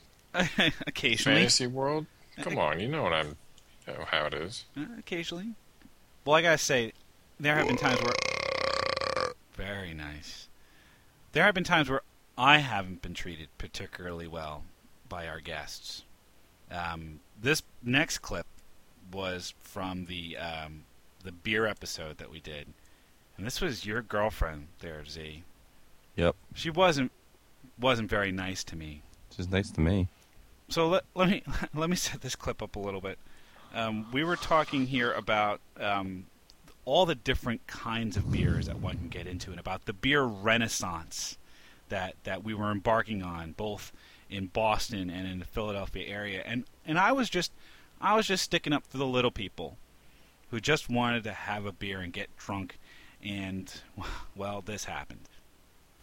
Speaker 1: Occasionally.
Speaker 3: fantasy world. Come on, you know what I'm. you know how it is.
Speaker 1: Uh, occasionally. Well, I gotta say, there have been times where. Very nice. There have been times where I haven't been treated particularly well by our guests. Um, this next clip was from the um, the beer episode that we did, and this was your girlfriend there, Z.
Speaker 4: Yep.
Speaker 1: She wasn't wasn't very nice to me.
Speaker 4: Which is nice to me.
Speaker 1: So let, let me let me set this clip up a little bit. Um, we were talking here about um, all the different kinds of beers that one can get into, and about the beer renaissance that that we were embarking on, both in Boston and in the Philadelphia area. And and I was just I was just sticking up for the little people who just wanted to have a beer and get drunk, and well, this happened.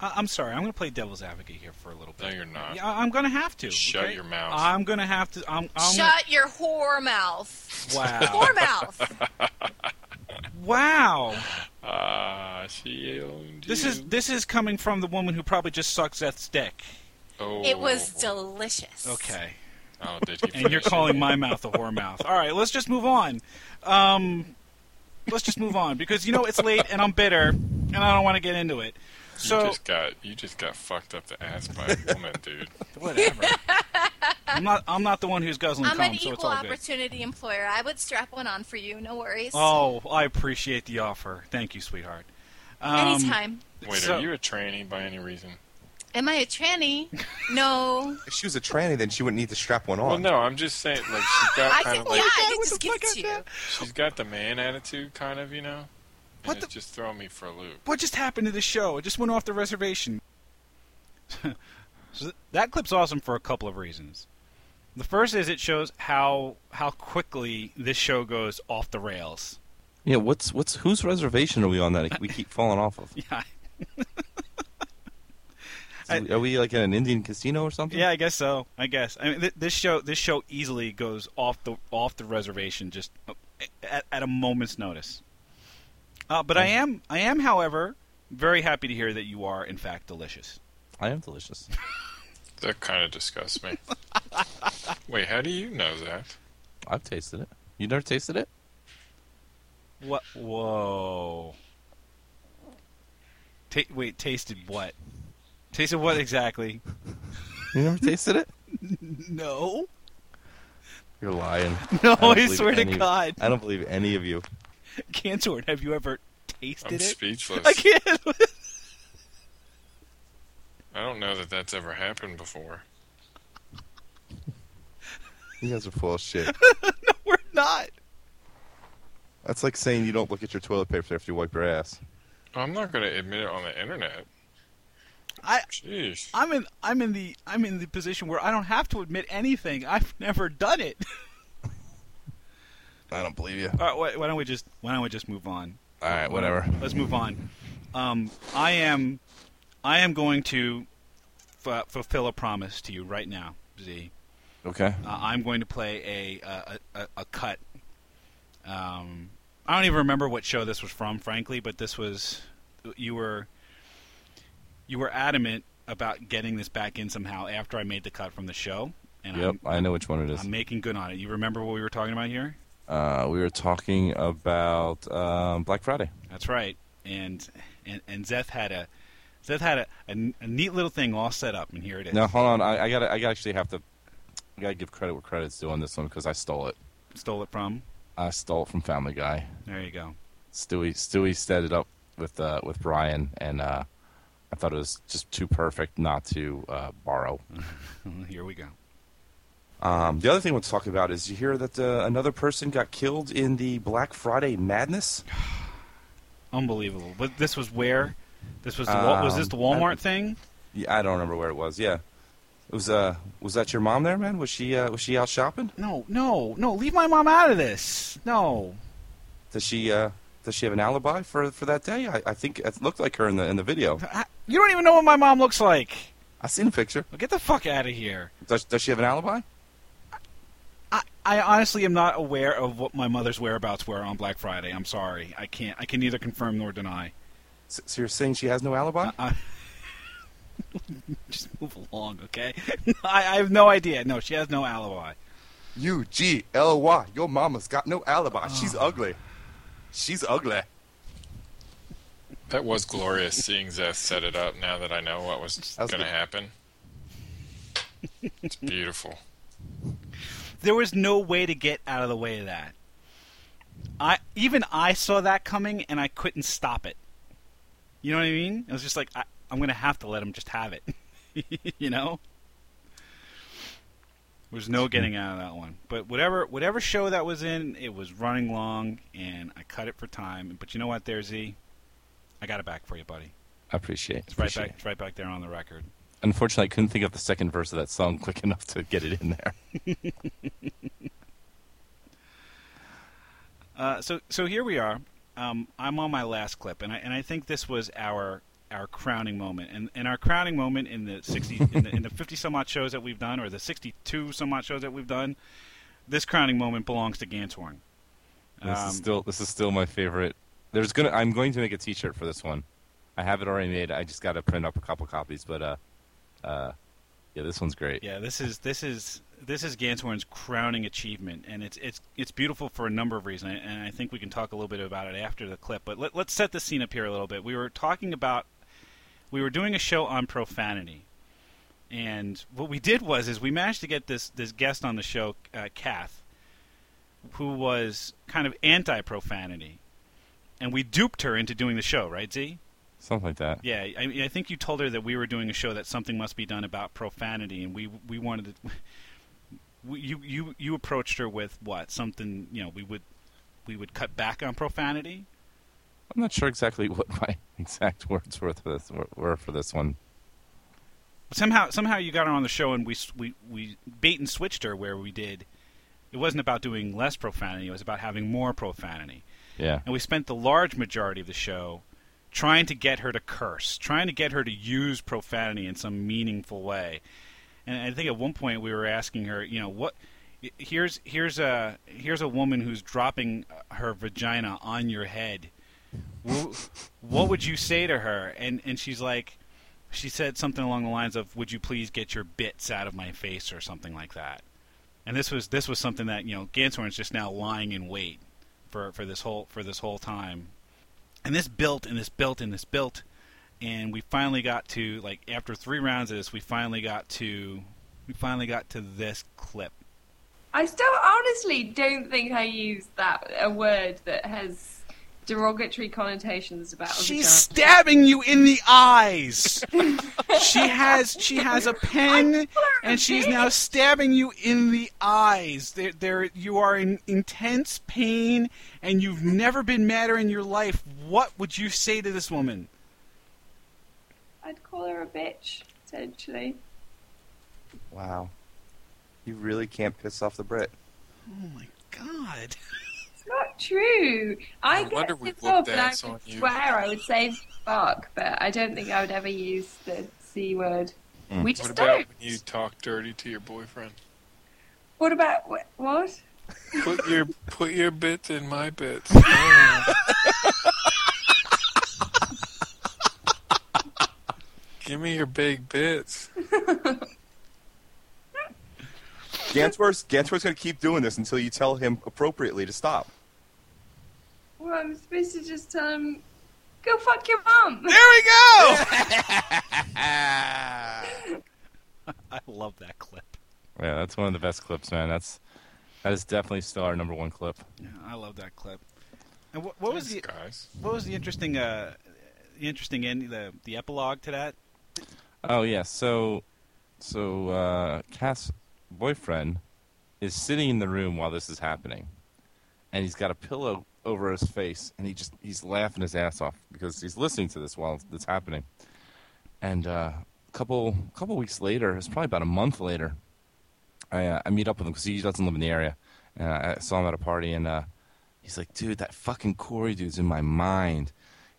Speaker 1: I, I'm sorry. I'm going to play devil's advocate here for a little bit.
Speaker 3: No, you're not.
Speaker 1: Yeah, I'm gonna have to.
Speaker 3: Shut
Speaker 1: okay?
Speaker 3: your mouth.
Speaker 1: I'm gonna have to. I'm. I'm
Speaker 13: Shut your whore mouth.
Speaker 1: Wow.
Speaker 13: Whore mouth.
Speaker 1: Wow.
Speaker 3: Ah, she owned
Speaker 1: This
Speaker 3: you.
Speaker 1: is this is coming from the woman who probably just sucks Seth's dick.
Speaker 3: Oh.
Speaker 13: It was delicious.
Speaker 1: Okay.
Speaker 3: Oh, did he
Speaker 1: And you're
Speaker 3: finish it?
Speaker 1: calling my mouth a whore mouth. All right, let's just move on. Um, let's just move on because you know it's late and I'm bitter and I don't want to get into it.
Speaker 3: you
Speaker 1: So
Speaker 3: just got you just got fucked up the ass by a woman, dude.
Speaker 1: whatever. I'm not I'm not the one who's guzzling
Speaker 13: I'm
Speaker 1: cum,
Speaker 13: an
Speaker 1: so it's
Speaker 13: equal
Speaker 1: all good.
Speaker 13: opportunity employer. I would strap one on for you. No worries.
Speaker 1: Oh, I appreciate the offer. Thank you, sweetheart. Um,
Speaker 13: Anytime.
Speaker 3: Wait,
Speaker 1: so-
Speaker 3: are you a tranny by any reason?
Speaker 13: Am I a tranny? No.
Speaker 4: If she was a tranny, then she wouldn't need to strap one on.
Speaker 3: Well, no, I'm just saying, like she's got
Speaker 13: I
Speaker 3: kind
Speaker 13: can.
Speaker 3: of
Speaker 13: yeah,
Speaker 3: like
Speaker 13: I can just give it to you.
Speaker 3: she's got the man attitude, kind of, you know. And
Speaker 1: What
Speaker 3: it's just throwing me for a loop.
Speaker 1: What just happened to the show? It just went off the reservation. so th- that clip's awesome for a couple of reasons. The first is it shows how how quickly this show goes off the rails.
Speaker 4: Yeah, what's what's whose reservation are we on that we keep falling off of?
Speaker 1: Yeah.
Speaker 4: Is- are we like in an Indian casino or something?
Speaker 1: Yeah, I guess so. I guess. I mean, th- this show this show easily goes off the off the reservation just uh, at, at a moment's notice. Uh, but I am I am, however, very happy to hear that you are in fact delicious.
Speaker 4: I am delicious.
Speaker 3: That kind of disgusts me. Wait, how do you know that?
Speaker 4: I've tasted it. You never tasted it?
Speaker 1: What? Whoa. Ta- wait, tasted what? Tasted what exactly?
Speaker 4: You never tasted it?
Speaker 1: no.
Speaker 4: You're lying.
Speaker 1: No,
Speaker 4: don't
Speaker 1: I
Speaker 4: believe
Speaker 1: swear to
Speaker 4: any of-
Speaker 1: God.
Speaker 4: I don't believe any of you.
Speaker 1: Cantor, have you ever tasted
Speaker 3: I'm
Speaker 1: it?
Speaker 3: speechless.
Speaker 1: I can't.
Speaker 3: I don't know that that's ever happened before.
Speaker 4: You guys are full of shit.
Speaker 1: no, we're not.
Speaker 4: That's like saying you don't look at your toilet paper after you wipe your ass.
Speaker 3: I'm not going to admit it on the internet.
Speaker 1: I
Speaker 3: Jeez.
Speaker 1: I'm in I'm in the I'm in the position where I don't have to admit anything. I've never done it.
Speaker 4: I don't believe you.
Speaker 1: All right, why, why don't we just why don't we just move on?
Speaker 4: All right, whatever.
Speaker 1: Let's move on. Um, I am I am going to f- fulfill a promise to you right now, Z.
Speaker 4: Okay.
Speaker 1: Uh, I'm going to play a a, a, a cut. Um, I don't even remember what show this was from, frankly, but this was you were you were adamant about getting this back in somehow after I made the cut from the show, and
Speaker 4: yep, i know which one it
Speaker 1: I'm,
Speaker 4: is.
Speaker 1: I'm making good on it. You remember what we were talking about here?
Speaker 4: Uh, we were talking about um, Black Friday.
Speaker 1: That's right. And and and Zeth had a Zeth had a, a, a neat little thing all set up, and here it is.
Speaker 4: Now hold on, I, I gotta, I gotta actually have to, I gotta give credit where credit's due on this one because I stole it.
Speaker 1: Stole it from?
Speaker 4: I stole it from Family Guy.
Speaker 1: There you go.
Speaker 4: Stewie, Stewie set it up with uh, with Brian, and uh, I thought it was just too perfect not to uh, borrow.
Speaker 1: Here we go.
Speaker 4: Um, the other thing I want to talk about is you hear that uh, another person got killed in the Black Friday madness.
Speaker 1: Unbelievable. But this was where? This was the, Wa- was this the
Speaker 4: Um,
Speaker 1: Walmart
Speaker 4: I-
Speaker 1: thing?
Speaker 4: Yeah, I don't remember where it was. Yeah, it was. Uh, was that your mom there, man? Was she uh, was she out shopping?
Speaker 1: No, no, no. Leave my mom out of this. No.
Speaker 4: Does she uh, does she have an alibi for for that day? I, I think it looked like her in the in the video.
Speaker 1: You don't even know what my mom looks like.
Speaker 4: I seen a picture.
Speaker 1: Well, get the fuck out of here.
Speaker 4: Does does she have an alibi?
Speaker 1: I honestly am not aware of what my mother's whereabouts were on Black Friday. I'm sorry. I can't. I can neither confirm nor deny.
Speaker 4: So, so you're saying she has no alibi?
Speaker 1: Just move along, okay? I, I have no idea. No, she has no alibi.
Speaker 4: U G L Y. Your mama's got no alibi. She's ugly. She's ugly.
Speaker 3: That was glorious seeing Zeth set it up now that I know what was going to happen. It's beautiful.
Speaker 1: There was no way to get out of the way of that. I even I saw that coming and I couldn't stop it. You know what I mean? It was just like I, I'm gonna have to let him just have it. you know. There's no getting out of that one. But whatever whatever show that was in, it was running long, and I cut it for time. But you know what, there Z, I got it back for you, buddy.
Speaker 4: I appreciate.
Speaker 1: It's right
Speaker 4: appreciate
Speaker 1: back. It's right back there on the record.
Speaker 4: Unfortunately, I couldn't think of the second verse of that song quick enough to get it in there.
Speaker 1: Uh, so so here we are. Um, I'm on my last clip, and I and I think this was our our crowning moment, and and our crowning moment in the sixty in the in the fifty some odd shows that we've done, or the sixty two some odd shows that we've done. This crowning moment belongs to Gantorn.
Speaker 4: This
Speaker 1: Um,
Speaker 4: is still this is still my favorite. There's gonna I'm going to make a T-shirt for this one. I have it already made. I just got to print up a couple copies, but uh, uh, yeah, this one's great.
Speaker 1: Yeah, this is this is this is Gantorn's crowning achievement, and it's it's it's beautiful for a number of reasons, and I think we can talk a little bit about it after the clip. But let, let's set the scene up here a little bit. We were talking about we were doing a show on profanity, and what we did was is we managed to get this this guest on the show, uh, Kath, who was kind of anti profanity, and we duped her into doing the show, right, Z?
Speaker 4: Something like that.
Speaker 1: Yeah, I, I think you told her that we were doing a show that something must be done about profanity, and we we wanted to. We, you you you approached her with what something you know we would we would cut back on profanity.
Speaker 4: I'm not sure exactly what my exact words were for this were for this one.
Speaker 1: Somehow somehow you got her on the show, and we s- we we bait and switched her where we did. It wasn't about doing less profanity; it was about having more profanity.
Speaker 4: Yeah.
Speaker 1: And we spent the large majority of the show trying to get her to curse, trying to get her to use profanity in some meaningful way. And I think at one point we were asking her, you know, what here's here's a here's a woman who's dropping her vagina on your head. Wh- what would you say to her? And and she's like she said something along the lines of would you please get your bits out of my face or something like that. And this was this was something that, you know, Ganshorn's just now lying in wait for, for this whole for this whole time. And this built and this built and this built, and we finally got to like after three rounds of this, we finally got to we finally got to this clip.
Speaker 5: I still honestly don't think I used that a word that has derogatory connotations about. a
Speaker 1: She's
Speaker 5: vagina.
Speaker 1: stabbing you in the eyes. she has she has a pen and she's now stabbing you in the eyes. There there you are in intense pain and you've never been madder in your life. What would you say to this woman?
Speaker 5: I'd call her a bitch essentially.
Speaker 4: Wow, you really can't piss off the Brit.
Speaker 1: Oh my god.
Speaker 5: It's not true. I, get
Speaker 4: wonder we
Speaker 5: the job
Speaker 4: whooped
Speaker 5: and I
Speaker 4: ass on
Speaker 5: would
Speaker 4: you.
Speaker 5: swear I would say fuck, but I don't think I would ever use the c word. We just
Speaker 3: what about
Speaker 5: don't.
Speaker 3: when you talk dirty to your boyfriend?
Speaker 5: What about what? what?
Speaker 3: Put your put your bits in my bits. Give me your big bits.
Speaker 4: Gansworth's Gansworth's gonna keep doing this until you tell him appropriately to stop.
Speaker 5: Well, I'm supposed to just tell him, go fuck your mum. There
Speaker 1: we go.
Speaker 5: I
Speaker 1: love that clip.
Speaker 4: Yeah, that's one of the best clips, man. That's that is definitely still our number one clip.
Speaker 1: I love that clip. And what, what was the what was the interesting uh, the interesting end the the epilogue to that?
Speaker 4: Oh yeah, so so uh, Cass' boyfriend is sitting in the room while this is happening, and he's got a pillow over his face, and he just he's laughing his ass off because he's listening to this while it's happening. And uh, a couple couple weeks later, it's probably about a month later, I uh, I meet up with him because he doesn't live in the area, and I, I saw him at a party, and uh, he's like, "Dude, that fucking Corey dude's in my mind.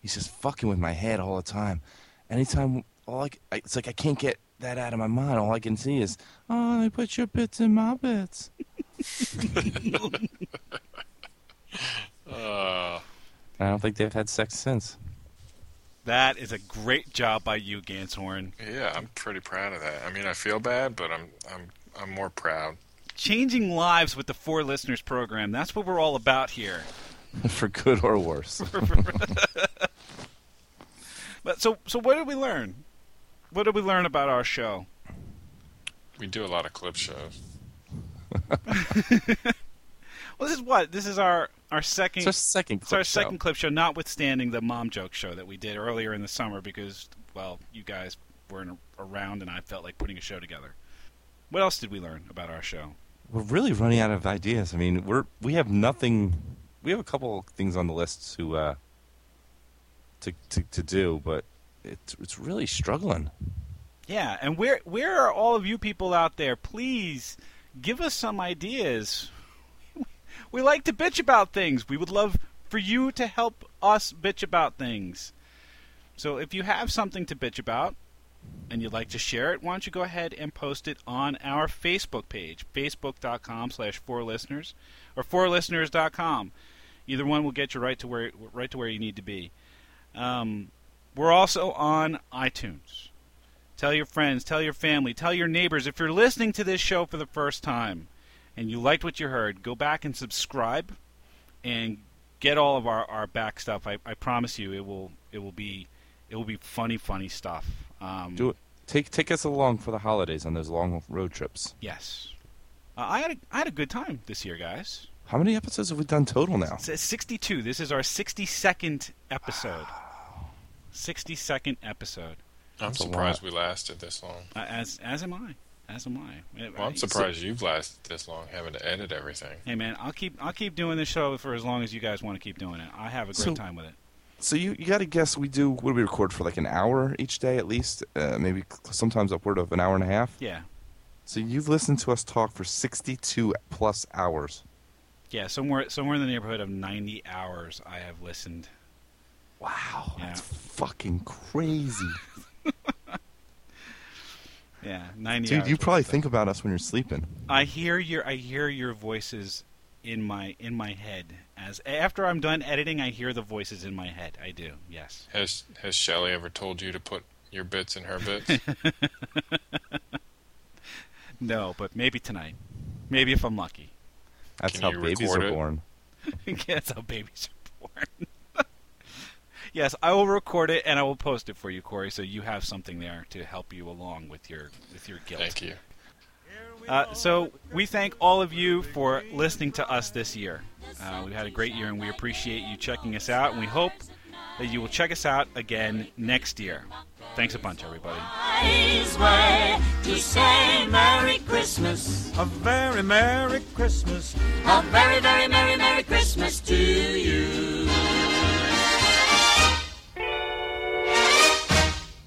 Speaker 4: He's just fucking with my head all the time. Anytime, all I, c- I- it's like I can't get that out of my mind. All I can see is, oh, they put your bits in my bits."
Speaker 1: Uh.
Speaker 4: I don't think they've had sex since.
Speaker 1: That is a great job by you, Ganshorn.
Speaker 3: Yeah, I'm pretty proud of that. I mean, I feel bad, but I'm I'm I'm more proud.
Speaker 1: Changing lives with the Four Listeners program. That's what we're all about here.
Speaker 4: For good or worse.
Speaker 1: But so so what did we learn? What did we learn about our show?
Speaker 3: We do a lot of clip shows.
Speaker 1: Well, this is what this is our our second.
Speaker 4: It's our second
Speaker 1: it's our
Speaker 4: clip show.
Speaker 1: second clip show, notwithstanding the mom joke show that we did earlier in the summer because well, you guys weren't around, and I felt like putting a show together. What else did we learn about our show?
Speaker 4: We're really running out of ideas. I mean, we're we have nothing. We have a couple things on the list to uh, to, to to do, but it's it's really struggling.
Speaker 1: Yeah, and where where are all of you people out there? Please give us some ideas. We like to bitch about things. We would love for you to help us bitch about things. So if you have something to bitch about and you'd like to share it, why don't you go ahead and post it on our Facebook page, facebook.com slash four listeners or fourlisteners.com. Either one will get you right to where right to where you need to be. Um, we're also on iTunes. Tell your friends, tell your family, tell your neighbors. If you're listening to this show for the first time and you liked what you heard, go back and subscribe and get all of our, our back stuff. I, I promise you it will it will be it will be funny, funny stuff. Um,
Speaker 4: Do it. Take take us along for the holidays on those long road trips.
Speaker 1: Yes. Uh, I had a, I had a good time this year, guys.
Speaker 4: How many episodes have we done total now?
Speaker 1: It's at 62. This is our 62nd episode. 62nd episode.
Speaker 3: I'm
Speaker 1: That's a
Speaker 3: surprised we lasted this long.
Speaker 1: Uh, as as am I. As am I. Uh,
Speaker 3: Well, I'm surprised you've lasted this long, having to edit everything.
Speaker 1: Hey man, I'll keep I'll keep doing this show for as long as you guys want to keep doing it. I have a great
Speaker 4: So-
Speaker 1: time with it.
Speaker 4: So you, you got to guess we do what do we record for like an hour each day at least, uh, maybe cl- sometimes upward of an hour and a half.
Speaker 1: Yeah.
Speaker 4: So you've listened to us talk for 62 plus hours.
Speaker 1: Yeah, somewhere somewhere in the neighborhood of 90 hours I have listened.
Speaker 4: Wow.
Speaker 1: Yeah.
Speaker 4: Fucking crazy.
Speaker 1: Yeah, 90
Speaker 4: Dude,
Speaker 1: hours
Speaker 4: you
Speaker 1: worth
Speaker 4: probably
Speaker 1: of
Speaker 4: think about us when you're sleeping.
Speaker 1: I hear your I hear your voices in my in my head as after I'm done editing I hear the voices in my head. I do. Yes.
Speaker 3: Has Has Shelley ever told you to put your bits in her bits?
Speaker 1: No, but maybe tonight. Maybe if I'm lucky.
Speaker 4: That's
Speaker 3: Can
Speaker 4: how
Speaker 3: you
Speaker 4: babies
Speaker 3: record
Speaker 4: are
Speaker 3: it?
Speaker 4: born.
Speaker 1: That's how babies are born. yes, I will record it and I will post it for you, Corey, so you have something there to help you along with your with your guilt. Thank
Speaker 3: you.
Speaker 1: Uh, so we thank all of you for listening to us this year. Uh, we've had a great year, and we appreciate you checking us out. And we hope that you will check us out again next year. Thanks a bunch, everybody.
Speaker 14: wise way to say Merry Christmas. A very Merry Christmas. A very, very Merry, Merry Christmas to you.